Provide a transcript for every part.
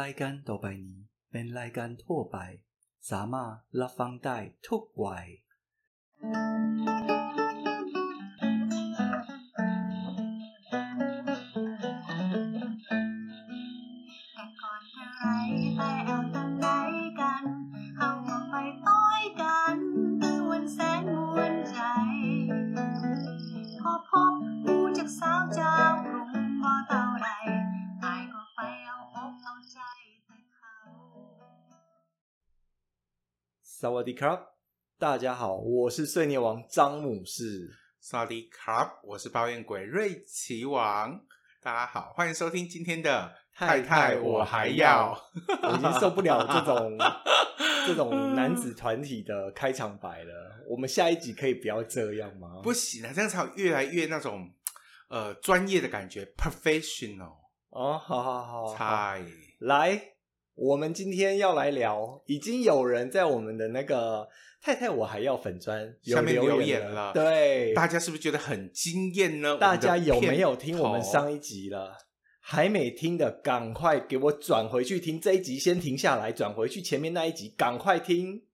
รายการต่อไปนี้เป็นรายการทั่วไป สามารถรับฟังได้ทุกวัย แต่ก่อนจะไรแต่เอาแต่ไหนกัน เอามาไปต้อยกันตื่นแสนมวนใจ พอพบผู้จากสาวเจ้ากรุงพอเต่าไหลตายก็ไปเอาอกเอาใจแต่เขา 萨瓦迪卡，大家好，我是碎念王张姆士。 s o r r y Club，我是抱怨鬼瑞奇王。大家好，欢迎收听今天的太太我还要，我已经受不了这 种 这种男子团体的开场白了。我们下一集可以不要这样吗？不行啊，这样才有越来越那种呃专业的感觉，professional 哦，好好好好，菜。来，我们今天要来聊，已经有人在我们的那个太太我还要粉砖有下面留言言了，了对，大家是不是觉得很惊艳呢？大家有没有听我们我们的片头上一集了？还没听的，赶快给我转回去听这一集，先停下来，转回去前面那一集，赶快听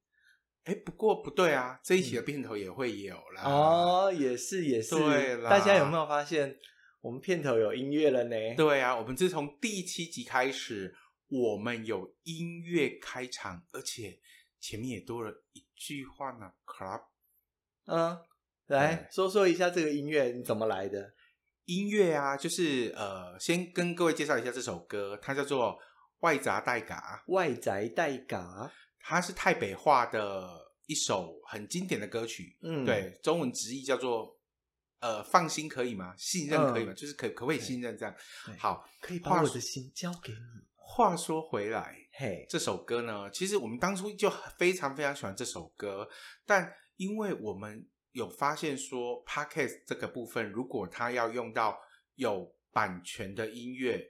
哎，不过不对啊，这一期的片头也会有啦。，嗯哦。也是也是啊对，啦大家有没有发现我们片头有音乐了呢？对啊，我们自从第七集开始，我们有音乐开场，而且前面也多了一句话呢，Club。嗯，来对说说一下这个音乐你怎么来的？音乐啊，就是呃，先跟各位介绍一下这首歌，它叫做《外杂代嘎》，外宅代嘎，它是太北话的一首很经典的歌曲。嗯，对，中文直译叫做呃，放心可以吗？信任可以吗？嗯就是可可不可以信任这样对？好，可以话把我说的心交给你。话说回来，嘿，这首歌呢，其实我们当初就非常非常喜欢这首歌，但因为我们有发现说 p o d c a s t 这个部分，如果它要用到有版权的音乐，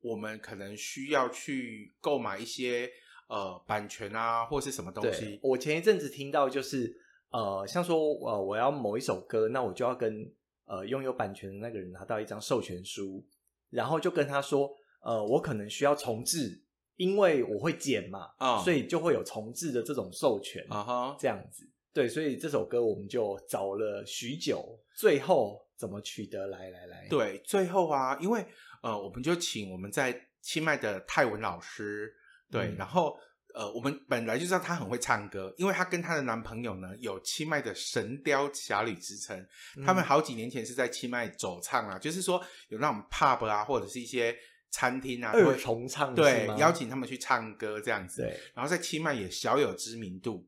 我们可能需要去购买一些呃版权啊，或是什么东对西，。我前一阵子听到就是呃，像说呃，我要某一首歌，那我就要跟呃拥有版权的那个人拿到一张授权书，然后就跟他说，呃，我可能需要重置，因为我会剪嘛，啊所以就会有重置的这种授权，啊哈，这样子。对，所以这首歌我们就找了许久，最后怎么取得来来来？，对，最后啊，因为呃，我们就请我们在清迈的泰文老师，对，嗯然后呃，我们本来就知道她很会唱歌，因为她跟她的男朋友呢有清迈的神雕侠侣之称，他嗯们好几年前是在清迈走唱啊，就是说有那种 pub 啊，或者是一些餐厅啊，二会重唱对是吗邀请他们去唱歌这样子，对，然后在清迈也小有知名度，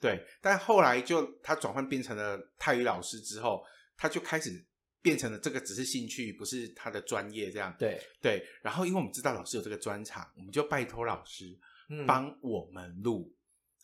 对。但后来就他转换变成了泰语老师之后，他就开始变成了这个只是兴趣，不是他的专业这样。对，对。然后因为我们知道老师有这个专场，我们就拜托老师嗯帮我们录。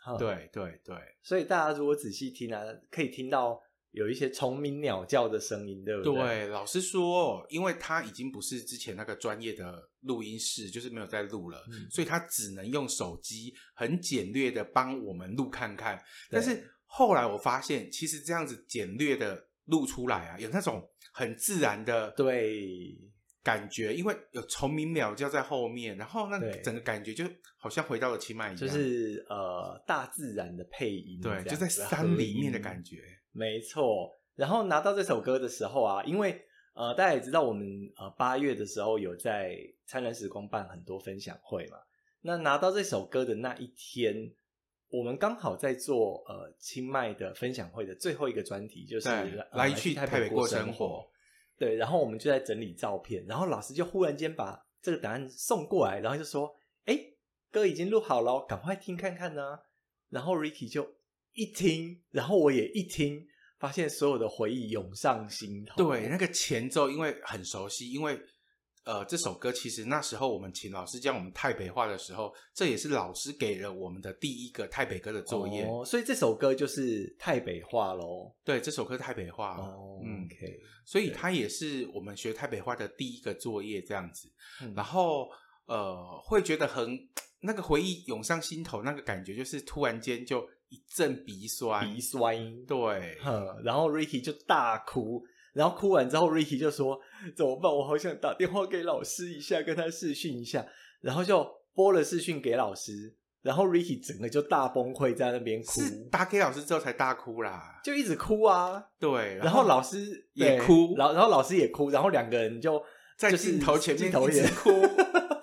好对对对，所以大家如果仔细听啊，可以听到有一些虫鸣鸟叫的声音，对不对？对，老师说，因为他已经不是之前那个专业的录音室，就是没有在录了，嗯所以他只能用手机很简略的帮我们录看看。对但是后来我发现，其实这样子简略的录出来啊，有那种很自然的对感觉，因为有虫鸣鸟叫在后面，然后那对整个感觉就好像回到了清迈一样，就是呃大自然的配音，对，这就样在子啊山里面的感，合音觉。没错。然后拿到这首歌的时候啊，因为呃大家也知道，我们呃八月的时候有在灿烂时光办很多分享会嘛。那拿到这首歌的那一天，我们刚好在做呃清迈的分享会的最后一个专题，就是、对呃，来去台台北过过生活活。。对，然后我们就在整理照片，然后老师就忽然间把这个答案送过来，然后就说：“哎，歌已经录好了，赶快听看看呢、然后 Ricky 就一听，然后我也一听，发现所有的回忆涌上心头。对，那个前奏因为很熟悉，因为呃，这首歌其实那时候我们请老师教我们台北话的时候，这也是老师给了我们的第一个台北歌的作业。哦，所以这首歌就是太北话喽。对，这首歌台北话，哦、嗯 o k 所以它也是我们学台北话的第一个作业这样子。嗯然后呃，会觉得很那个回忆涌上心头，那个感觉就是突然间就一阵鼻酸，鼻酸，对，哼，然后 Ricky 就大哭，然后哭完之后，Ricky 就说：“怎么办？我好想打电话给老师一下，跟他视讯一下。”然后就播了视讯给老师，然后 Ricky 整个就大崩溃，在那边哭，是打给老师之后才大哭啦。就一直哭啊。对，然后老师也对哭老然后老师也哭，然后两个人就在就是镜头前面镜头一直也 哭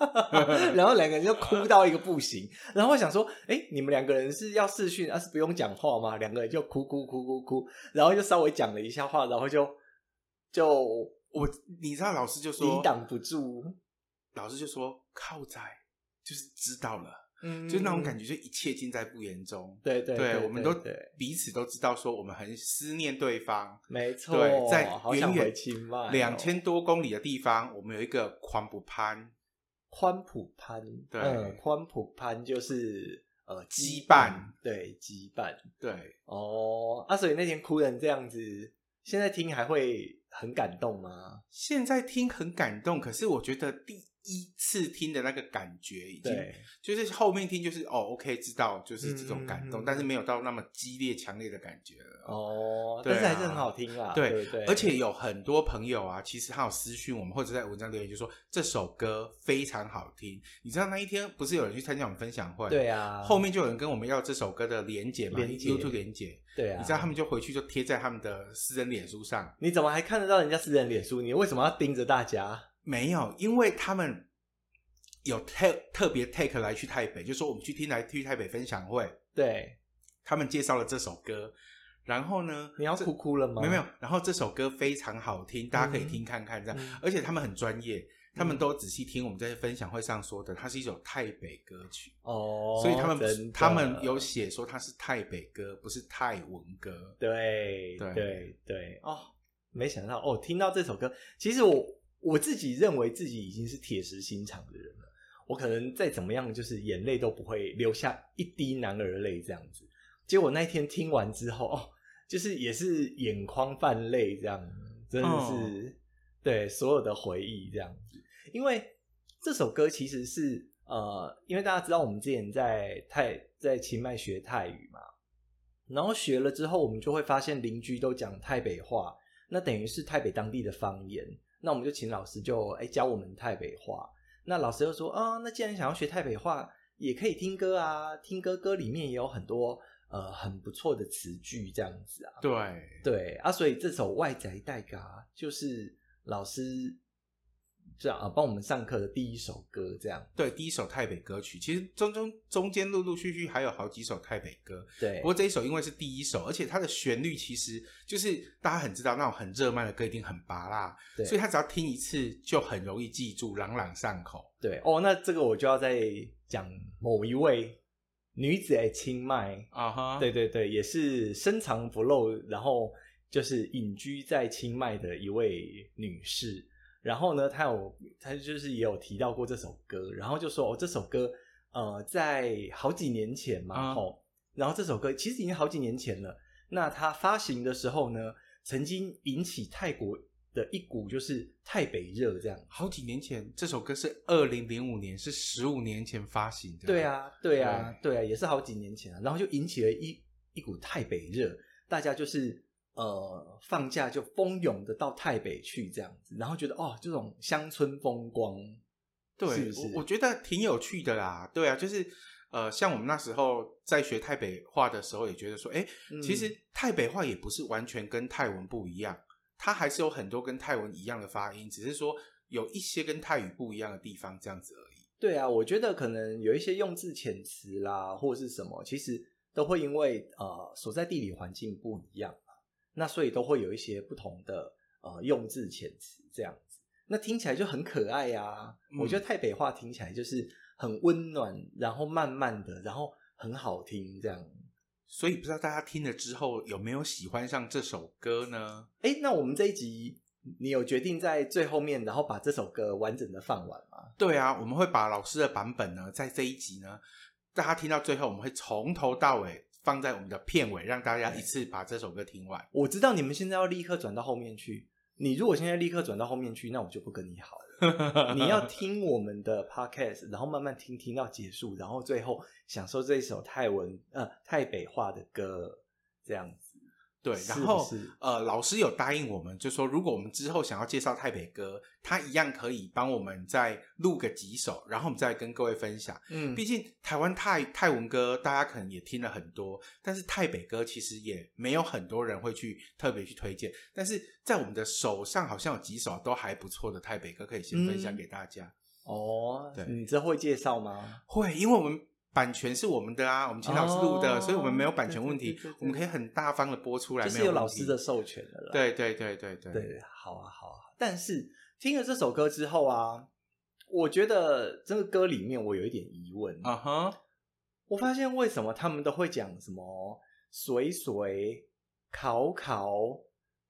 然后两个人就哭到一个不行。然后我想说，哎，你们两个人是要视讯，而、啊是不用讲话吗？两个人就哭哭哭哭哭，然后就稍微讲了一下话，然后就就我你知道老师就说抵挡不住，老师就说靠仔就是知道了，嗯就是那种感觉。觉，就一切尽在不言中。嗯对对我们都对，彼此都知道，说我们很思念对方。没错，对，在好远想回远清迈哦两千多公里的地方，我们有一个狂不攀嗯宽普潘，对嗯宽普潘就是呃羁绊，对羁绊对，哦啊，所以那天哭成这样子，现在听还会很感动吗？现在听很感动，可是我觉得第一次听的那个感觉已经，对，就是后面听就是哦，OK，知道就是这种感动，嗯嗯嗯但是没有到那么激烈、强烈的感觉了。哦，对但啊是还是很好听啦，对对不对，而且有很多朋友啊，其实他有私讯我们，或者在文章留言，就说这首歌非常好听。你知道那一天不是有人去参加我们分享会，、对啊，后面就有人跟我们要这首歌的连结嘛连结，YouTube 连结，对啊，你知道他们就回去就贴在他们的私人脸书上，你怎么还看得到人家私人脸书？你为什么要盯着大家？没有，因为他们有特特别 take 来去台北，就说我们去听来去台北分享会，对，他们介绍了这首歌，然后呢，你要这哭哭了吗？没有没有，然后这首歌非常好听，大家可以听看看这样，嗯而且他们很专业，他们都仔细听我们在分享会上说的，它是一首台北歌曲，哦，所以他真的们他们有写说它是台北歌，不是泰文歌。对对对对哦，没想到哦，听到这首歌，其实我我自己认为自己已经是铁石心肠的人了，我可能再怎么样，就是眼泪都不会流下一滴男儿泪这样子。结果那一天听完之后，哦，就是也是眼眶泛泪，这样真的是、对所有的回忆这样子。因为这首歌其实是呃，因为大家知道我们之前在泰在清迈学泰语嘛，然后学了之后，我们就会发现邻居都讲泰北话，那等于是泰北当地的方言。那我们就请老师就哎教我们泰北话，那老师又说啊、那既然想要学台北话，也可以听歌啊，听歌歌里面也有很多呃很不错的词句这样子啊。对，对啊，所以这首《外宅代嘎》就是老师这样啊帮我们上课的第一首歌这样。对，第一首台北歌曲，其实中中中间陆陆续续还有好几首台北歌，对，不过这一首因为是第一首，而且它的旋律其实就是大家很知道那种很热卖的歌一定很拔辣，对所以他只要听一次就很容易记住，朗朗上口。对哦，那这个我就要再讲某一位女子哎清迈，啊哈对对对，也是深藏不露，然后就是隐居在清迈的一位女士。然后呢，她有她就是也有提到过这首歌，然后就说哦，这首歌呃，在好几年前嘛，啊吼、然后这首歌其实已经好几年前了。那它发行的时候呢，曾经引起泰国的一股就是泰北热这样。好几年前，这首歌是二零零五年，是十五年前发行的。对，啊，对啊，对啊，也是好几年前啊，然后就引起了一一股太北热，大家就是呃放假就蜂拥的到太北去这样子，然后觉得哦这种乡村风光，对，是不是我我觉得挺有趣的啦。对啊，就是呃，像我们那时候在学台北话的时候，也觉得说，哎、嗯其实台北话也不是完全跟泰文不一样，它还是有很多跟泰文一样的发音，只是说有一些跟泰语不一样的地方这样子而已。对啊，我觉得可能有一些用字遣词啦，或是什么，其实都会因为呃所在地理环境不一样嘛，那所以都会有一些不同的呃用字遣词这样子，那听起来就很可爱呀、嗯我觉得台北话听起来就是很温暖，然后慢慢的，然后很好听这样。所以不知道大家听了之后有没有喜欢上这首歌呢？哎，那我们这一集你有决定在最后面，然后把这首歌完整的放完吗？对啊，我们会把老师的版本呢，在这一集呢，大家听到最后，我们会从头到尾放在我们的片尾，让大家一次把这首歌听 完。我知道你们现在要立刻转到后面去。你如果现在立刻转到后面去，那我就不跟你好 了。你要听我们的 podcast，然后慢慢听，听到结束，然后最后享受这一首泰文呃泰北话的歌，这样子。对，是然后是呃，老师有答应我们，就说如果我们之后想要介绍台北歌，他一样可以帮我们再录个几首，然后我们再跟各位分享。嗯毕竟台湾泰泰文歌大家可能也听了很多，但是泰北歌其实也没有很多人会去特别去推荐。但是在我们的手上好像有几首都还不错的泰北歌可以先分嗯享给大家。哦，对你这会介绍吗？会，因为我们版权是我们的啊，我们请老师录的，哦所以我们没有版权问题，对对对对对我们可以很大方的播出来，就没是有问老师题的。授权的啊啦。对对对对对对，好啊好啊。但是听了这首歌之后啊，我觉得这个歌里面我有一点疑问啊哈我发现为什么他们都会讲什么水水、考考，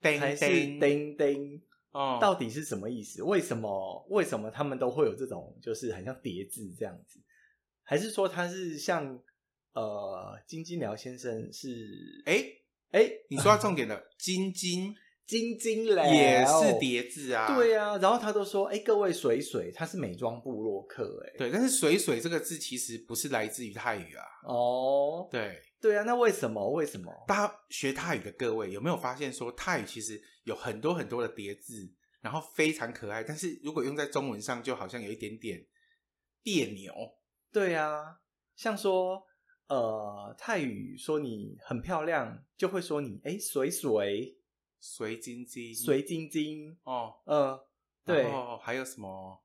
叮还是叮叮叮，哦，到底是什么意思？为什么为什么他们都会有这种就是很像叠字这样子？还是说他是像呃金金辽先生是哎、哎你说到重点了，金 金金金辽也是叠字啊，啊对呀、然后他都说哎各位水水他是美妆部落客哎、对，但是水水这个字其实不是来自于泰语啊，哦对，对啊那为什么为什么大家学泰语的各位有没有发现说泰语其实有很多很多的叠字，然后非常可爱，但是如果用在中文上，就好像有一点点别扭，对啊，像说呃泰语说你很漂亮就会说你哎水水水晶晶水晶晶哦，嗯对。哦，还有什么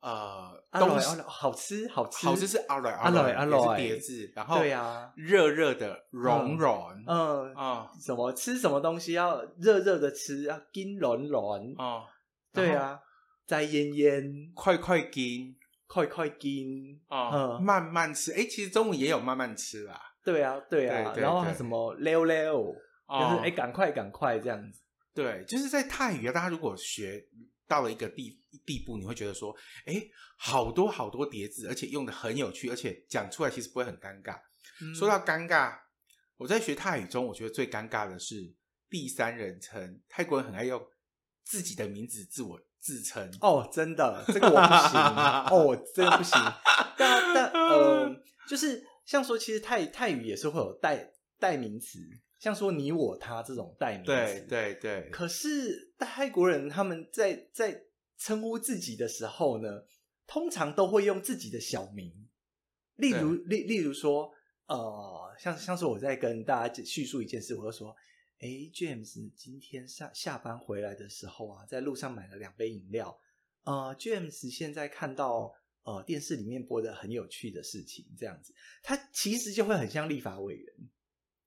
呃阿东罗西阿罗哦好吃好吃好吃是哦阿来阿来来阿来也是叠字，然后对啊呀、热热的融融啊嗯，啊什么吃什么东西要热热的吃，要金软软，哦对啊，摘烟烟，快快给快快金，啊，嗯慢慢吃。哎，其实中午也有慢慢吃啦。对啊对啊，对对然后还对什么溜溜，就是哦哎赶快赶快这样子，对，就是在泰语啊，大家如果学到了一个地地步，你会觉得说，哎，好多好多叠字，而且用的很有趣，而且讲出来其实不会很尴尬。说到尴尬，我在学泰语中，我觉得最尴尬的是第三人称，泰国人很爱用自己的名字自我自称。哦，真的，这个我 不行，哦，我真的不行。但但呃，就是像说，其实泰泰语也是会有代代名词，像说你我他这种代名词。对对对，可是泰国人他们在在称呼自己的时候呢，通常都会用自己的小名，例如例例如说，呃，像像是我在跟大家叙述一件事，我就说，诶 j a m e s 今天下下班回来的时候啊，在路上买了两杯饮料，呃，James 现在看到呃电视里面播的很有趣的事情，这样子，他其实就会很像立法委员，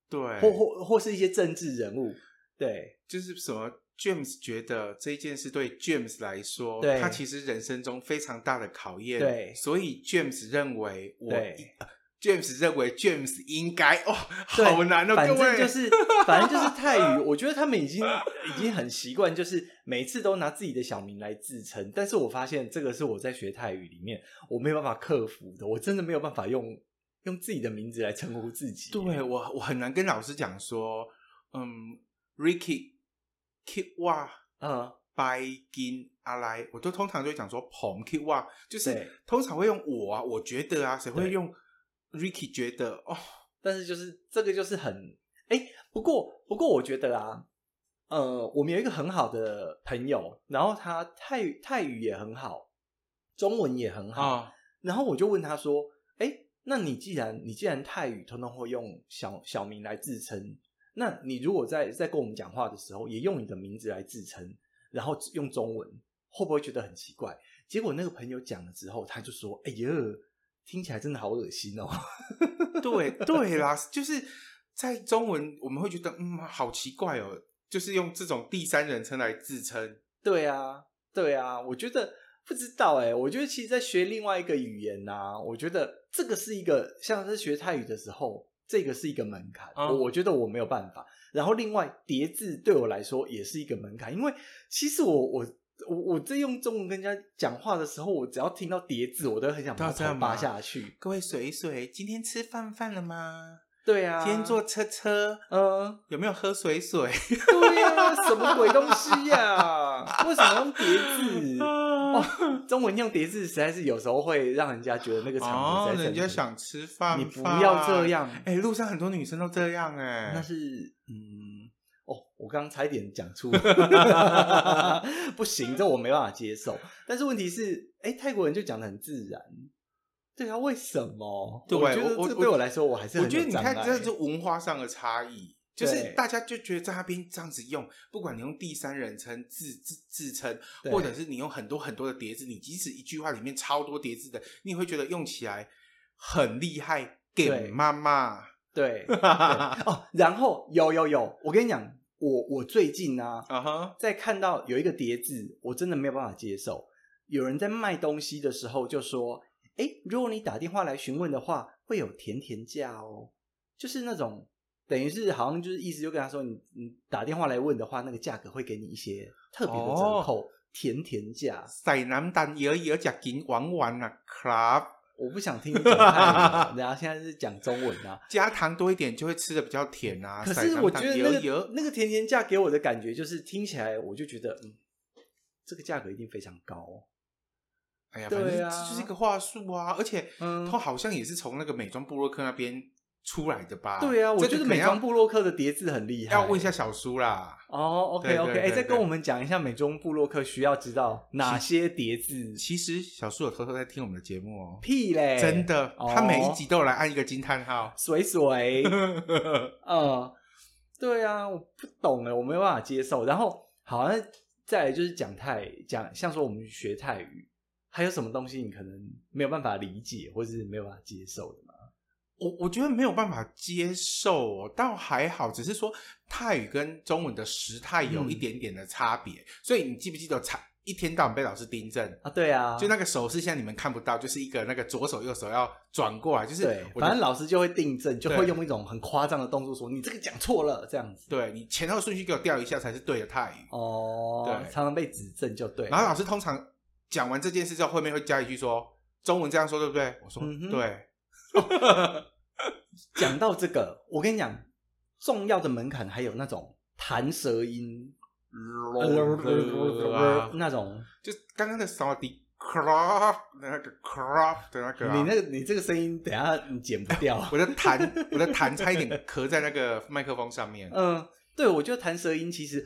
对，或或或是一些政治人物，对。就是什么？James 觉得这件事对 James 来说，对他其实人生中非常大的考验。对所以 James 认为我对呃，James 认为 James 应该哇，对好难哦，反各正位。就、是， 反正就是泰语。我觉得他们已经已经很习惯，就是每次都拿自己的小名来自称。但是我发现这个是我在学泰语里面我没有办法克服的，我真的没有办法用用自己的名字来称呼自己。对我，我很难跟老师讲说，嗯，Ricky Kid 哇嗯， By Gin 阿来，我都通常就会讲说彭 Kid 哇，就是对通常会用我啊，我觉得啊，谁会对用 Ricky 觉得哦？但是就是这个就是很哎、不过不过我觉得啊，呃，我们有一个很好的朋友，然后他泰语泰语也很好，中文也很好，啊、然后我就问他说：“哎，那你既然你既然泰语通通会用小小名来自称，那你如果在在跟我们讲话的时候也用你的名字来自称，然后用中文，会不会觉得很奇怪？”结果那个朋友讲了之后，他就说：“哎呀，听起来真的好恶心哦。对对啦，就是在中文我们会觉得嗯，好奇怪哦，就是用这种第三人称来自称。”对啊，对啊，我觉得不知道哎、我觉得其实，在学另外一个语言呐、我觉得这个是一个像是学泰语的时候，这个是一个门槛，嗯我我觉得我没有办法。然后另外叠字对我来说也是一个门槛，因为其实我我。我我在用中文跟人家讲话的时候，我只要听到叠字，我都很想啊把都要这样头拔吗下去。各位水水，今天吃饭饭了吗？对啊，今天坐车车，嗯，有没有喝水水？对呀、什么鬼东西呀、为什么用叠 字？ 哦，中文用叠字实在是有时候会让人家觉得那个场合哦实，在是人很家想吃饭，你不要这。样，哎、路上很多女生都这样哎、那是嗯，我刚差一点讲出， 不行，这我没办法接受。但是问题是，哎、泰国人就讲的很自然，对啊，为什么？对我觉得我这对我来说，我还是很我觉得有你障看，碍欸这是文化上的差异，就是对大家就觉得在那边这样子用，不管你用第三人称自自自称，对或者是你用很多很多的叠字，你即使一句话里面超多叠字的，你也会觉得用起来很厉害。给对妈妈， 对对啊哦。然后有有有，我跟你讲，我我最近啊，哈，在看到有一个叠字，我真的没有办法接受。有人在卖东西的时候就说：“哎、如果你打电话来询问的话，会有甜甜价哦。”就是那种等于是好像就是意思就跟他说你，你打电话来问的话，那个价格会给你一些特别的折扣，甜甜价。塞南丹也也讲金玩玩啊，club 我不想听你讲泰文，然后现在是讲中文啊。加糖多一点就会吃的比较甜啊。可塞是南我觉丹得也那也个那个甜甜价给我的感觉就是听起来我就觉得，嗯，这个价格一定非常高、哦。哎呀，反正对啊这就是一个话术啊，而且嗯他好像也是从那个美妆部落客那边出来的吧？对啊，我这个觉得可能美要妆部落客的叠字很厉害。要问一下小苏啦。哦对，OK 对 OK，对哎，再对跟我们讲一下美妆部落客需要知道哪些叠字？其实小苏有偷偷在听我们的节目哦，屁嘞，真的，哦。他每一集都有来按一个惊叹号水 水，嗯，对啊，我不懂哎，我没有办法接受。然后好，那再来就是讲泰讲，像说我们学泰语，还有什么东西你可能没有办法理解，或是没有办法接受的吗？我我觉得没有办法接受、哦，倒还好，只是说泰语跟中文的时态有一嗯点点的差别，所以你记不记得常一天到晚被老师订正？啊，对啊，就那个手势，现在你们看不到，就是一个那个左手右手要转过来，就是对，我反的正老师就会订正，就对会用一种很夸张的动作说你这个讲错了这样子。对你前后顺序给我调一下才是对的泰语。哦，对常常被指正就对了。然后老师通常讲完这件事之后，后面会加一句说：“中文这样说对不对？”我说：“嗯哼对。讲到这个，我跟你讲，重要的门槛还有那种弹舌音，呃啊那种，”就刚刚的扫地 crop 那个 crop 的那个啊、你那个你这个声音，等一下你剪不 掉。我的痰，我的痰差一点咳在那个麦克风上面。嗯，对，我觉得弹舌音其实，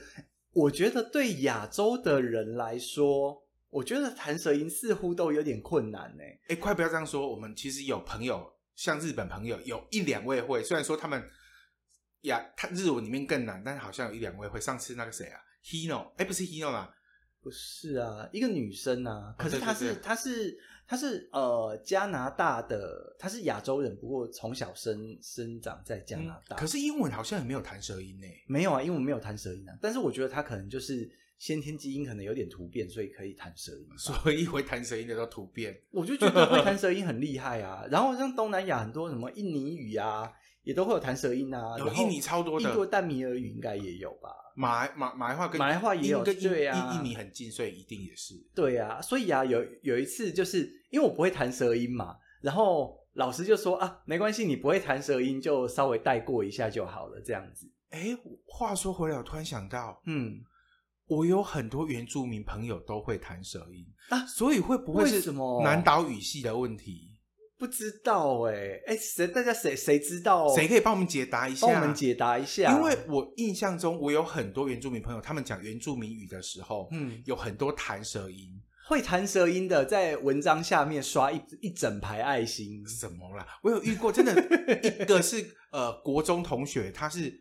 我觉得对亚洲的人来说，我觉得弹舌音似乎都有点困难呢。哎、快不要这样说！我们其实有朋友，像日本朋友，有一两位会，虽然说他们呀，他日文里面更难，但是好像有一两位会。上次那个谁啊，Hino，哎、不是 Hino 啦，不是啊，一个女生啊，可是哦对对她是、对她是她是呃加拿大的，她是亚洲人，不过从小生生长在加拿大。嗯可是英文好像也没有弹舌音呢、没有啊，因为我没有弹舌音啊。但是我觉得他可能就是先天基因可能有点突变，所以可以弹舌音吧。所以会弹舌音的都突变。我就觉得会弹舌音很厉害啊。然后像东南亚很多什么印尼语啊，也都会有弹舌音啊。有然后印尼超多的印度淡米尔语应该也有吧？马来马马来话跟马来话也有印跟印对啊印印尼很近，所以一定也是。对啊，所以啊，有有一次就是因为我不会弹舌音嘛，然后老师就说啊，没关系，你不会弹舌音就稍微带过一下就好了，这样子。哎，话说回来，我突然想到，嗯，我有很多原住民朋友都会弹舌音啊所以会不会为是什么南岛语系的问题？不知道哎、欸、哎，谁大家谁谁知道？谁可以帮我们解答一下？哦帮我们解答一下？因为我印象中，我有很多原住民朋友，他们讲原住民语的时候，嗯，有很多弹舌音，会弹舌音的，在文章下面刷一一整排爱心。什么啦？我有遇过，真的一个是呃国中同学，他是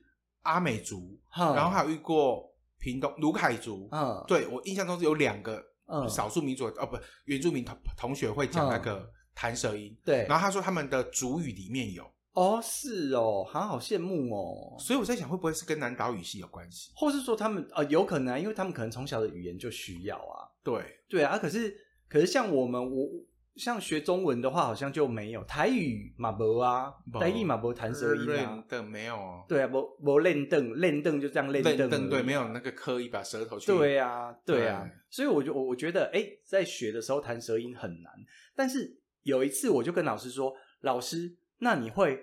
阿美族，哼然后还有遇过屏东卢凯族，嗯，对我印象中是有两个嗯少数民族的哦不原住民同同学会讲那个弹舌音，对然后他说他们的族语里面有，哦，是哦，好好羡慕哦。所以我在想会不会是跟南岛语系有关系？或是说他们呃，有可能、啊，因为他们可能从小的语言就需要啊。对，对啊，可是可是像我们我像学中文的话，好像就没有台语嘛，无啊没，台语嘛无弹舌音啊。的没有哦。对啊，无无练凳，练凳就这样练认凳而已凳啊，对，没有那个刻意把舌头去。对啊，对啊对，所以我就我我觉得，哎、在学的时候弹舌音很难。但是有一次，我就跟老师说：“老师，那你会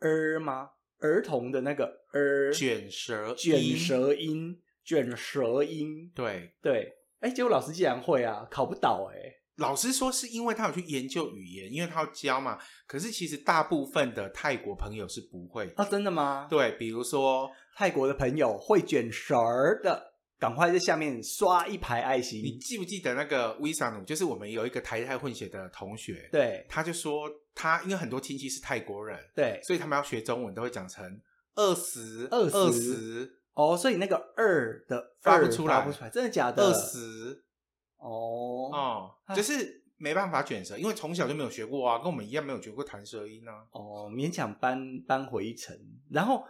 儿吗？儿童的那个儿卷舌，卷，舌音，卷舌音，对，对。哎、结果老师竟然会啊，考不倒哎、老师说是因为他有去研究语言，因为他要教嘛。可是其实大部分的泰国朋友是不会的啊，真的吗？对，比如说泰国的朋友会卷绳儿的，赶快在下面刷一排爱你心。记不记得那个 Visa 努，就是我们有一个台泰混血的同学，对他就说他因为很多亲戚是泰国人，对，所以他们要学中文都会讲成二十二十二十哦，所以那个二的发二不出来发不出来，真的假的？二十哦哦哎，就是没办法卷舌，因为从小就没有学过啊，跟我们一样没有学过弹舌音啊。哦，勉强扳扳回一城。然后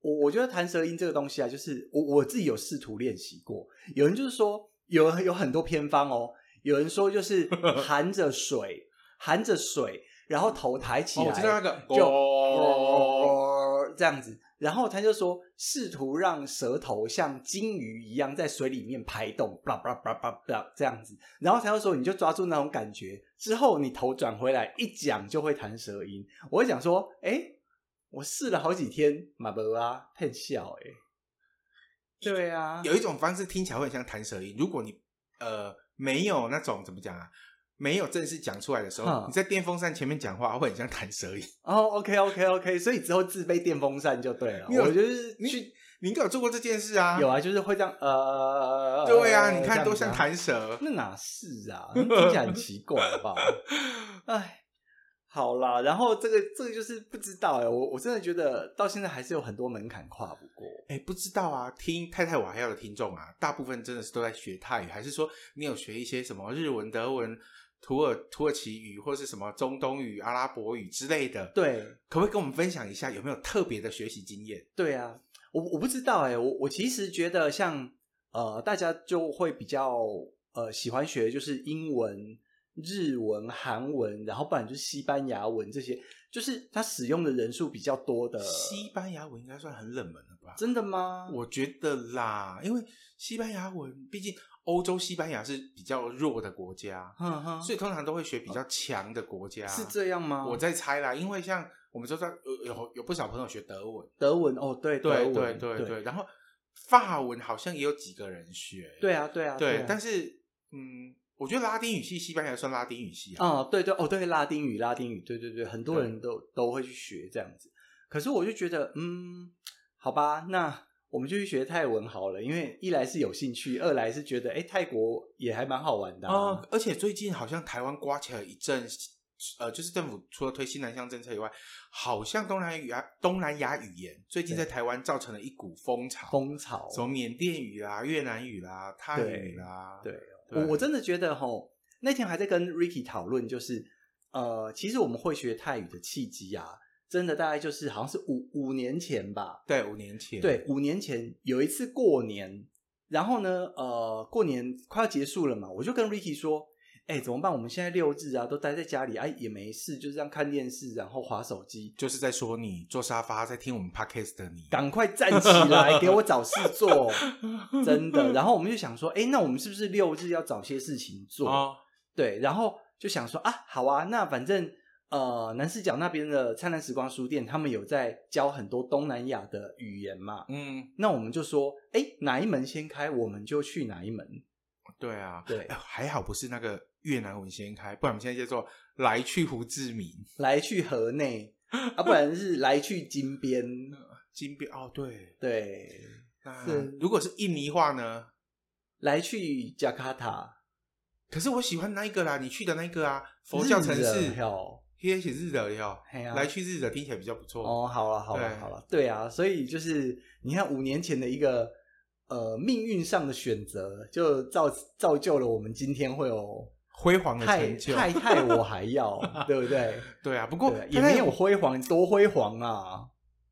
我我觉得弹舌音这个东西啊，就是我我自己有试图练习过，有人就是说有有很多偏方哦，有人说就是 含着水，含着水，然后头抬起哦，来，我知道那个就哦，这样子。然后他就说，试图让舌头像金鱼一样在水里面排动，叭叭叭叭叭这样子。然后他就说，你就抓住那种感觉，之后你头转回来一讲就会弹舌音。我会讲说，哎、我试了好几天，马博啊，骗笑哎、对啊，有一种方式听起来会很像弹舌音，如果你呃没有那种怎么讲啊，没有正式讲出来的时候哈，你在电风扇前面讲话会很像弹舌 音。哦，OK OK OK，所以之后自备电风扇就对了。你有我就是你去你应该有做过这件事啊？有啊，就是会这样呃，对啊，你这样看多子啊像弹舌。那哪是啊？那听起来很奇怪，好不 好？哎，好啦，然后这个这个就是不知道哎、我我真的觉得到现在还是有很多门槛跨不过。哎、不知道啊，听太太瓦还要的听众啊，大部分真的是都在学泰语，还是说你有学一些什么日文、德文、土耳土耳其语，或是什么中东语、阿拉伯语之类的？，对可不可以跟我们分享一下有没有特别的学习经验？对啊，我我不知道哎、我我其实觉得像呃，大家就会比较呃喜欢学就是英文、日文、韩文，然后不然就是西班牙文这些，就是它使用的人数比较多的。西班牙文应该算很冷门了吧？真的吗？我觉得啦，因为西班牙文毕竟欧洲西班牙是比较弱的国家，哼哼，所以通常都会学比较强的国家。是这样吗？我在猜啦，因为像我们知道有有有不少朋友学德文。德文哦，对德对文对对对对，然后法文好像也有几个人学，对啊，对啊，对啊，但是嗯，我觉得拉丁语系西班牙算拉丁语系啊，哦，对对哦，对拉丁语，拉丁语，对对对，很多人都都会去学这样子。可是我就觉得，嗯，好吧，那我们就去学泰文好了，因为一来是有兴趣，二来是觉得，哎，泰国也还蛮好玩的、啊。哦而且最近好像台湾刮起了一阵，呃，就是政府除了推西南向政策以外，好像东南亚啊东南亚语言最近在台湾造成了一股风潮，风潮，什么缅甸语啦、越南语啦、泰语啦，对对我我真的觉得吼，那天还在跟 Ricky 讨论，就是呃，其实我们会学泰语的契机啊，真的大概就是好像是五五年前吧，对，五年前，对，五年前有一次过年，然后呢，呃，过年快要结束了嘛，我就跟 Ricky 说，哎、怎么办？我们现在六日啊，都待在家里，哎、也没事，就这样看电视，然后划手机，就是在说你坐沙发在听我们 podcast 的你，赶快站起来，给我找事做，真的。然后我们就想说，哎、那我们是不是六日要找些事情做？哦，对，然后就想说啊，好啊，那反正呃，南四角那边的灿烂时光书店，他们有在教很多东南亚的语言嘛，嗯，那我们就说，哎，哪一门先开，我们就去哪一门。对啊，对 哎，还好不是那个越南文先开，不然我们现在叫做来去胡志明来去河内，啊，不然是来去金边。嗯金边哦，对，对，那是如果是印尼话呢？来去加卡塔，可是我喜欢那一个啦，你去的那一个啊，佛教城市日惹哦哟，也写日惹哟，嘿啊来去日惹听起来比较不错哦，好了，好了，对好了，对啊，所以就是你看五年前的一个呃命运上的选择，就造造就了我们今天会有辉煌的太成就，太太我还 要，对不对？对啊，不过对，太也太没有辉煌，多辉煌啊！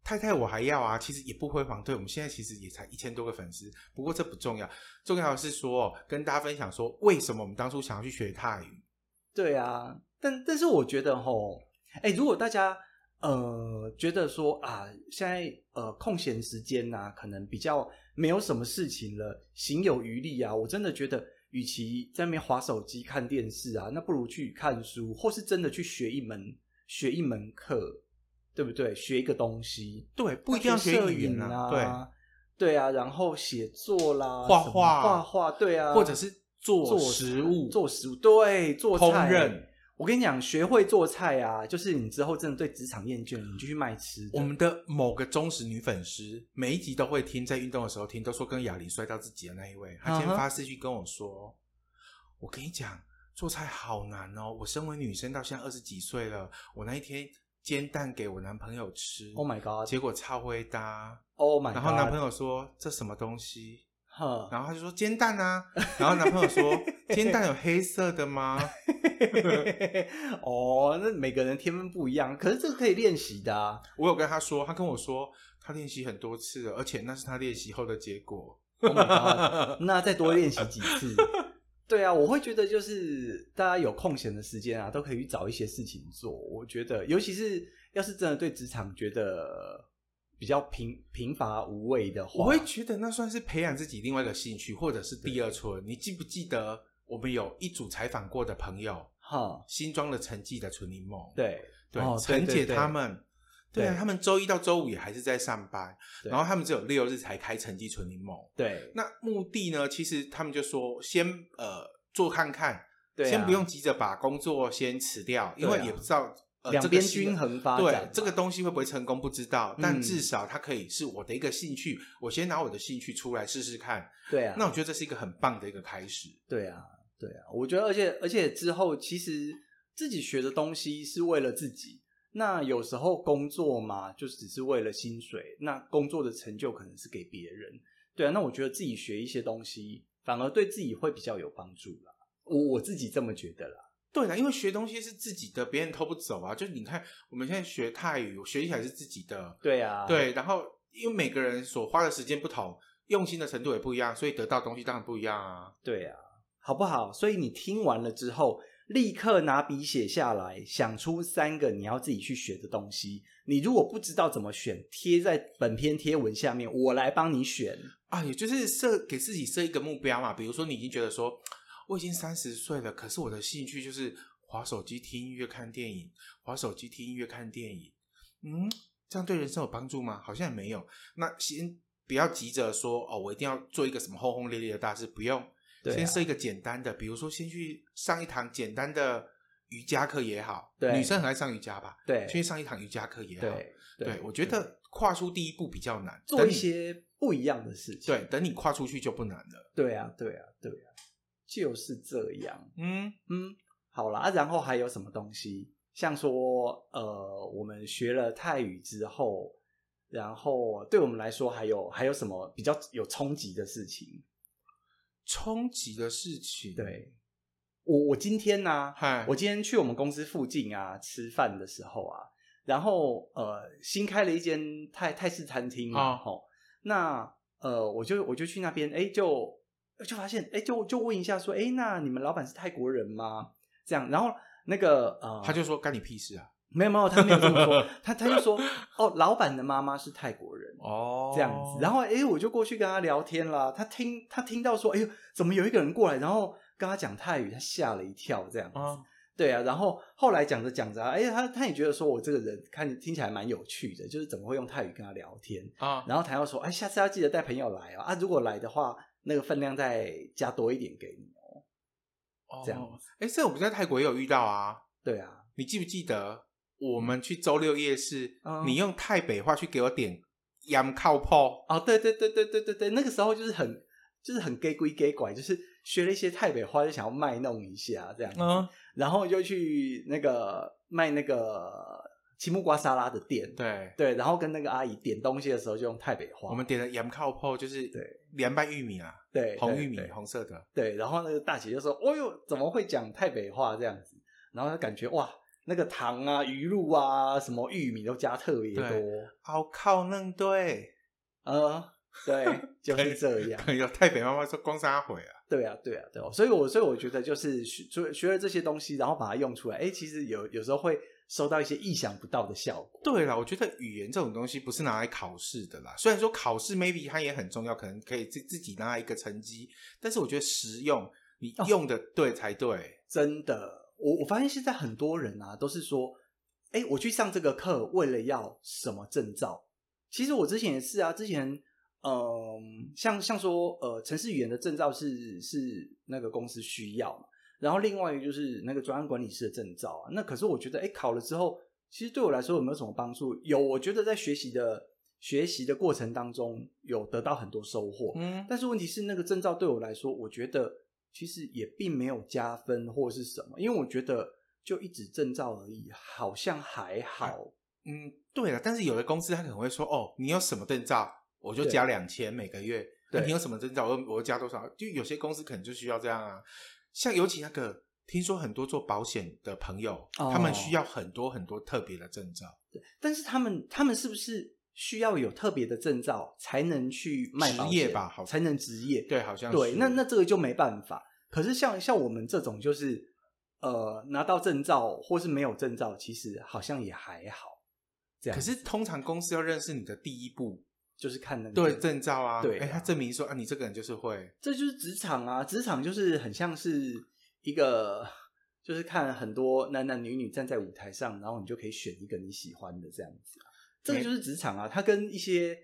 太太我还要啊，其实也不辉煌。对我们现在其实也才一千多个粉丝，不过这不重要，重要的是说跟大家分享说为什么我们当初想要去学泰语，对啊，但但是我觉得吼，哎，如果大家呃觉得说啊，现在呃空闲时间呐、可能比较没有什么事情了，行有余力啊，我真的觉得，与其在那边划手机看电视啊，那不如去看书，或是真的去学一门学一门课，对不对？学一个东西，对，不一定要摄学语影言啊，对。对啊，然后写作啦，画什么画画画，对啊，或者是做食物、做食物，对，做烹菜饪。我跟你讲，学会做菜啊，就是你之后真的对职场厌倦，你就去卖吃 的。我们的某个忠实女粉丝，每一集都会听，在运动的时候听，都说跟哑铃摔到自己的那一位，她今嗯天哼发私讯跟我说：“我跟你讲，做菜好难哦！我身为女生到现在二十几岁了，我那一天煎蛋给我男朋友吃 Oh my god！结果超会搭。 Oh my god！然后男朋友说：“这什么东西？”呵， 然后他就说煎蛋啊， 然后男朋友说煎蛋有黑色的吗？ 哦，那每个人天分不一样，可是这个可以练习的啊。我有跟他说，他跟我说他练习很多次了，而且那是他练习后的结果。Oh my god！那再多练习几次。对啊，我会觉得就是大家有空闲的时间啊，都可以去找一些事情做。我觉得，尤其是要是真的对职场觉得比较平贫乏无味的我话，会觉得那算是培养自己另外一个兴趣，或者是第二春。你记不记得我们有一组采访过的朋友，哈，新庄的陈记的纯柠檬，对对，哦陈对对姐对他们，对啊，对他们周一到周五也还是在上班，对然后他们只有六日才开陈记纯柠檬。对那目的呢？其实他们就说先呃做看看，对啊，先不用急着把工作先辞掉，因对为啊也不知道、呃两这个边新的均衡发展对嘛，这个东西会不会成功不知道，嗯但至少它可以是我的一个兴趣，我先拿我的兴趣出来试试看。对啊，那我觉得这是一个很棒的一个开始。对啊，对啊，我觉得，而且而且之后，其实自己学的东西是为了自己。那有时候工作嘛，就只是为了薪水，那工作的成就可能是给别人。对啊，那我觉得自己学一些东西，反而对自己会比较有帮助啦。我我自己这么觉得啦。对啦，因为学东西是自己的，别人偷不走啊。就你看，我们现在学泰语，我学起来是自己的，对啊，对。然后因为每个人所花的时间不同，用心的程度也不一样，所以得到的东西当然不一样啊。对啊，好不好？所以你听完了之后，立刻拿笔写下来，想出三个你要自己去学的东西。你如果不知道怎么选，贴在本篇贴文下面，我来帮你选。啊，也就是设给自己设一个目标嘛。比如说，你已经觉得说，我已经三十岁了，可是我的兴趣就是划手机、听音乐、看电影，划手机、听音乐、看电影。嗯，这样对人生有帮助吗？好像也没有。那先不要急着说哦，我一定要做一个什么轰轰烈烈的大事，不用。对啊先设一个简单的，比如说先去上一堂简单的瑜伽课也好，对女生很爱上瑜伽吧，对先去上一堂瑜伽课也好。对对我觉得跨出第一步比较难，做等一你些不一样的事情。对，等你跨出去就不难了。对啊，对啊，对啊，就是这样。嗯，嗯，好啦，啊然后还有什么东西？像说，呃，我们学了泰语之后，然后对我们来说还有还有什么比较有冲击的事情？冲击的事情，，对我，我今天呢、嗨，我今天去我们公司附近啊吃饭的时候啊，然后呃新开了一间泰泰式餐厅嘛，啊吼、那呃我就我就去那边，哎就就发现哎就就问一下说，哎那你们老板是泰国人吗？这样，然后那个呃他就说干你屁事啊！没有没有他没有这么 说，他他就 说哦老板的妈妈是泰国人，哦这样子。然后后哎、诶我就过去跟他聊天啦。他听他听到说，哎呦，怎么有一个人过来，然后跟他讲泰语，他吓了一跳，这样子。啊，对啊，然后后来讲着讲着啊，哎、他他也觉得说我这个人看听起来蛮有趣的，就是怎么会用泰语跟他聊天。啊，然后他又说，哎、下次要记得带朋友来哦，啊，如果来的话，那个分量再加多一点给你哦。哦这样。哎，这我们在泰国也有遇到啊，对啊，你记不记得我们去周六夜市嗯，你用泰北话去给我点羊靠泡？哦，对对对对对对对，那个时候就是很就是很 gay 归 gay 拐，就是学了一些台北话，就想要卖弄一下这样子。嗯，然后就去那个卖那个奇木瓜沙拉的店，对，对，然后跟那个阿姨点东西的时候就用台北话，我们点的羊靠泡就是对凉拌玉米啊，对红玉米对，红色的。对，然后那个大姐就说：“哦呦，怎么会讲台北话这样子？”然后她感觉哇，那个糖啊、鱼露啊、什么玉米都加特别对多，好靠哦嫩对， 呃，对，就是这样，有泰北妈妈说光杀回啊，对啊，对啊，对啊，所以我所以我觉得就是学学学了这些东西，然后把它用出来，哎，其实有有时候会收到一些意想不到的效果，对啦，我觉得语言这种东西不是拿来考试的啦。虽然说考试 maybe 它也很重要，可能可以自自己拿来一个成绩，但是我觉得实用，你哦用的对才对。真的，我我发现现在很多人啊，都是说，哎、我去上这个课为了要什么证照？其实我之前也是啊，之前嗯，像像说呃，城市语言的证照是是那个公司需要嘛，然后另外一个就是那个专案管理师的证照啊。那可是我觉得，哎、考了之后，其实对我来说有没有什么帮助？有，我觉得在学习的学习的过程当中，有得到很多收获。嗯，但是问题是，那个证照对我来说，我觉得其实也并没有加分或是什么，因为我觉得就一纸证照而已，好像还好。嗯，对了，但是有的公司他可能会说，哦，你有什么证照，我就加两千每个月。那对你有什么证照，我我加多少？就有些公司可能就需要这样啊。像尤其那个，听说很多做保险的朋友，哦他们需要很多很多特别的证照，但是他们他们是不是需要有特别的证照才能去卖保职业险吧好像才能职业？对，好像对，是那那这个就没办法。可是像像我们这种就是呃拿到证照或是没有证照，其实好像也还好。这样可是通常公司要认识你的第一步，就是看那个对证照啊，对啊哎，他证明说啊，你这个人就是会，这就是职场啊，职场就是很像是一个，就是看很多男男女女站在舞台上，然后你就可以选一个你喜欢的这样子啊、这个没就是职场啊，它跟一些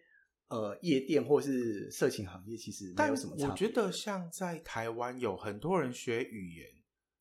呃夜店或是色情行业其实没但有什么差别。我觉得像在台湾有很多人学语言，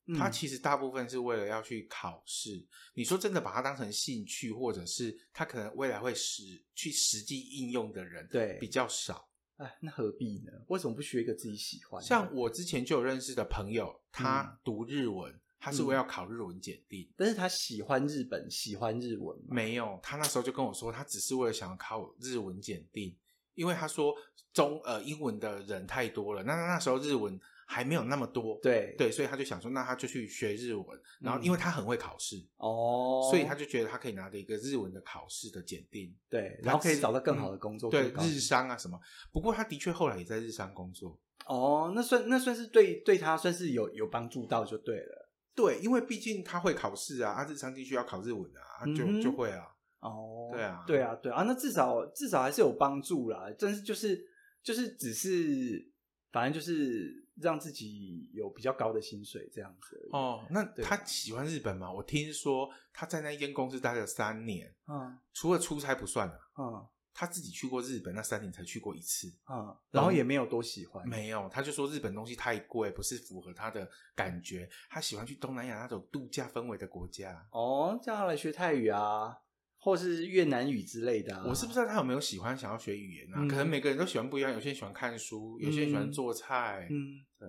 嗯他其实大部分是为了要去考试。你说真的把它当成兴趣，或者是他可能未来会实去实际应用的人，对比较少。哎，那何必呢？为什么不学一个自己喜欢的？像我之前就有认识的朋友，嗯他读日文，他是为了考日文检定。但是他喜欢日本，喜欢日文嘛，没有，他那时候就跟我说，他只是为了想考日文检定，因为他说中呃英文的人太多了，那那时候日文还没有那么多，对对，所以他就想说，那他就去学日文，然后嗯因为他很会考试，哦，所以他就觉得他可以拿着一个日文的考试的检定，对，他然后可以是找到更好嗯的工作，对更高日商啊什么。不过他的确后来也在日商工作，哦，那算那算是对对他算是有有帮助到就对了。对，因为毕竟他会考试啊，啊日商地区要考日文啊，啊就、嗯哼就会啊。哦，对啊对啊，对啊，那至少至少还是有帮助啦。但是就是就是只是，反正就是让自己有比较高的薪水这样子而已。哦，那对他喜欢日本吗？我听说他在那一间公司待了三年，嗯除了出差不算啊，嗯他自己去过日本那三年才去过一次。嗯，然后也没有多喜欢，没有，他就说日本东西太贵，不是符合他的感觉。他喜欢去东南亚那种度假氛围的国家。哦，叫他来学泰语啊，或是越南语之类的、啊。我是不知道他有没有喜欢想要学语言啊？嗯可能每个人都喜欢不一样，有些人喜欢看书，有些人喜欢做菜。嗯对，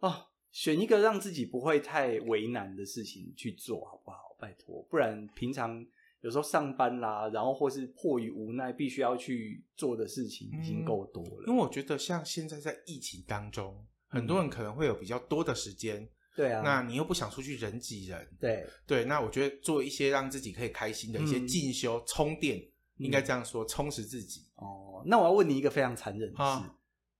哦，选一个让自己不会太为难的事情去做，好不好？拜托，不然平常有时候上班啦，然后或是迫于无奈必须要去做的事情已嗯经够多了。因为我觉得像现在在疫情当中，很多嗯人可能会有比较多的时间，对啊，那你又不想出去人挤人，对，对，那我觉得做一些让自己可以开心的一些嗯进修、充电，应该这样说，充实自己。哦，那我要问你一个非常残忍的事：啊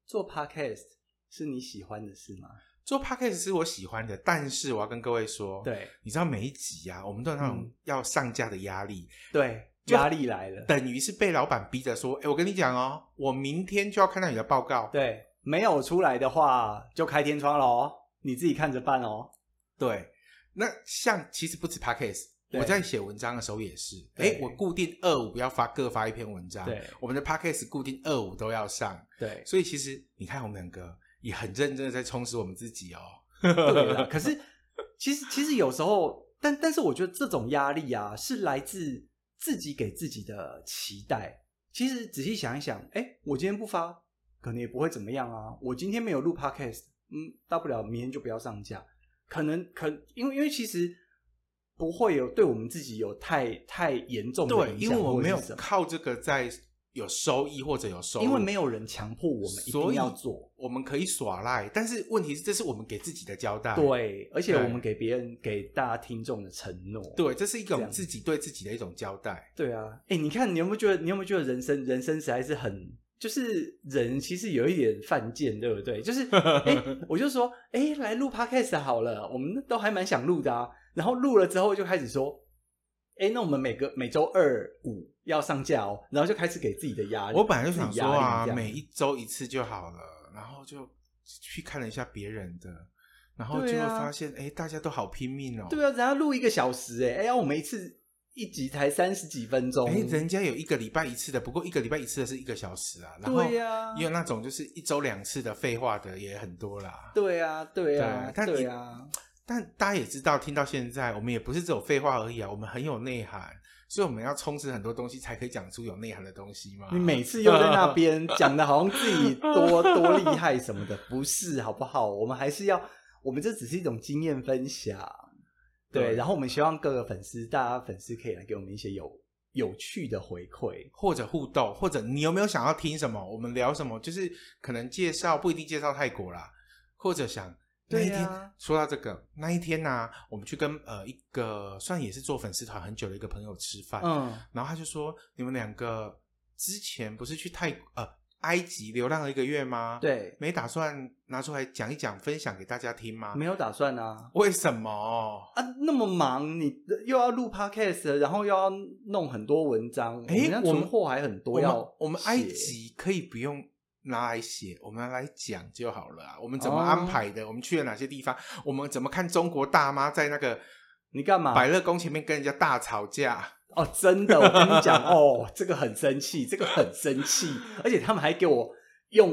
做 podcast 是你喜欢的事吗？做 podcast 是我喜欢的，但是我要跟各位说，，对你知道每一集啊，我们都有那种嗯要上架的压力，对，就压力来了。等于是被老板逼着说，哎、我跟你讲哦，我明天就要看到你的报告。对，没有出来的话就开天窗喽，你自己看着办哦。对，那像其实不止 podcast，对我在写文章的时候也是，对哎，我固定二五要发各发一篇文章，对我们的 podcast 固定二五都要上，对，所以其实你看我们两个也很认真的在充实我们自己哦。 对啦，可是其实其实有时候，但但是我觉得这种压力啊，是来自自己给自己的期待。其实仔细想一想，哎、我今天不发，可能也不会怎么样啊。我今天没有录 podcast，嗯，大不了明天就不要上架。可能可因为因为其实不会有对我们自己有太太严重的对，影因为响我或没者有是什么，靠这个在有收益或者有收入，因为没有人强迫我们一所定以要做。我们可以耍赖，但是问题是这是我们给自己的交代。。对，而且对我们给别人、给大家听众的承诺，对，这是一个我们这自样己对自己的一种交代。对啊，哎、你看，你有没有觉得，你有没有觉得人生，人生实在是很，就是人其实有一点犯贱，对不对？就是，哎、 我就说，哎、来录 podcast 好了，我们都还蛮想录的啊。然后录了之后就开始说，哎、那我们每个每周二五要上架哦，然后就开始给自己的压力。我本来就想说啊，自己压力这样每一周一次就好了，然后就去看了一下别人的，然后对就啊发现哎、诶大家都好拼命哦。对啊，人家录一个小时、诶哎，哎呀，我们一次。一集才三十几分钟，哎，人家有一个礼拜一次的，不过一个礼拜一次的是一个小时啊，然后对呀、也有那种就是一周两次的废话的也很多啦。对啊，对啊，但对你啊，但大家也知道，听到现在我们也不是只有废话而已啊，我们很有内涵，所以我们要充实很多东西，才可以讲出有内涵的东西嘛。你每次又在那边讲的好像自己多多厉害 什么的，不是好不好？我们还是要，我们这只是一种经验分享，对。对然后我们希望各个粉丝，大家粉丝可以来给我们一些有有趣的回馈，或者互动，或者你有没有想要听什么？我们聊什么？就是可能介绍不一定介绍泰国啦，或者想那对一啊天、说到这个那一天呢、我们去跟呃一个算也是做粉丝团很久的一个朋友吃饭，嗯，然后他就说你们两个之前不是去泰呃埃及流浪了一个月吗？，对，没打算拿出来讲一讲，分享给大家听吗？没有打算啊。为什么？啊，那么忙，你又要录 podcast，然后又要弄很多文章，诶人家我们存货还很我多们要我们埃写及可以不用拿来写，我们拿来讲就好了啊。我们怎么哦安排的？我们去了哪些地方？我们怎么看中国大妈在那个你干嘛百乐宫前面跟人家大吵架？哦，真的，我跟 你讲哦，这个很生气，这个很生气，而且他们还给我用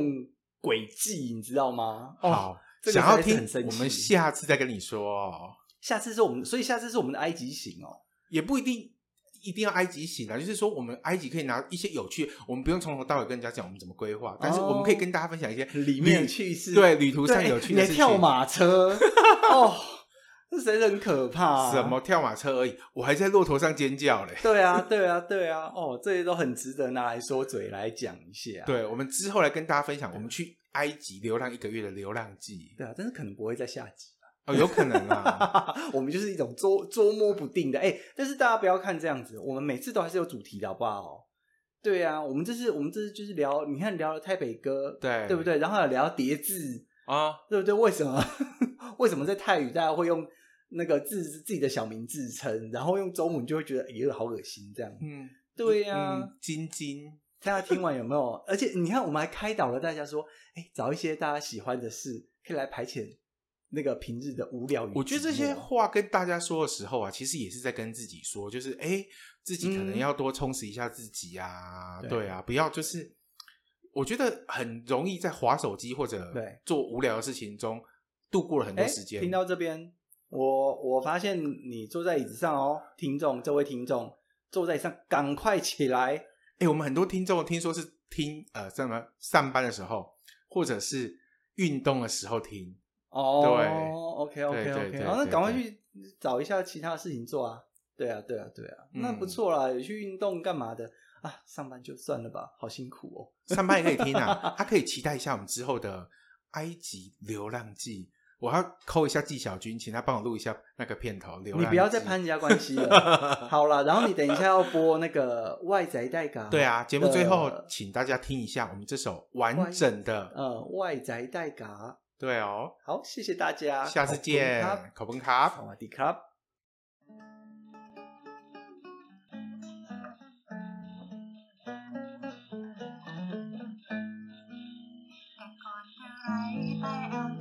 诡计，你知道吗？哦，好，这个想要实在是听很生，我们气下次再跟你说哦。下次是我们，所以下次是我们的埃及行哦。也不一定一定要埃及行啊，就是说我们埃及可以拿一些有趣，我们不用从头到尾跟人家讲我们怎么规划，但是我们可以跟大家分享一些里旅面的趣事对旅途不上有趣哦你的还事情。跳马车 哦，这谁很可怕、啊？什么？跳马车而已，我还在骆驼上尖叫嘞。 对啊，对啊，对啊，哦，这些都很值得拿来说嘴来讲一下。对，我们之后来跟大家分享我们去埃及流浪一个月的流浪记对啊，但是可能不会在下集。哦，有可能 啦。我们就是一种捉捉摸不定的，哎、但是大家不要看这样子，我们每次都还是有主题的，好不好？对啊，我们这是我们这是就是聊，你看聊了台北歌，对对不对？然后还有聊叠字，啊，对不对？为什么 为什么在泰语大家会用那个字自己的小名自称，然后用中文就会觉得也、哎呦好恶心这样？嗯，对呀、嗯，晶晶，大家听完有没有？而且你看，我们还开导了大家说，哎、找一些大家喜欢的事，可以来排遣那个平日的无聊与我觉得这寂寞些话跟大家说的时候啊，其实也是在跟自己说，就是哎、诶自己可能嗯要多充实一下自己啊，对对啊，不要就是，我觉得很容易在划手机或者对做无聊的事情中度过了很多哎，时间。听到这边，我我发现你坐在椅子上哦，听众，这位听众坐在椅子上，赶快起来。哎、我们很多听众听说是听呃什么上班的时候，或者是运动的时候听，哦，对，OK OK 对对 OK，对哦，那对赶快对去找一下其他事情做啊。对啊，对啊，对啊，那嗯不错啦，有去运动干嘛的啊？上班就算了吧，好辛苦哦。上班也可以听 啊，他可以期待一下我们之后的埃及流浪记。我要扣一下纪晓君，请他帮我录一下那个片头。流浪你不要再记攀人家关系了。 好了，然后你等一下要播那个外宅代嘎。 对啊，节目最后呃请大家听一下我们这首完整的。呃，外宅代嘎。对哦，好，谢谢大家，下次 ขอบ见口崩คุณครับ，ส 卡。 วัสดีครับ แต่ก่อนเธอไรไปแอล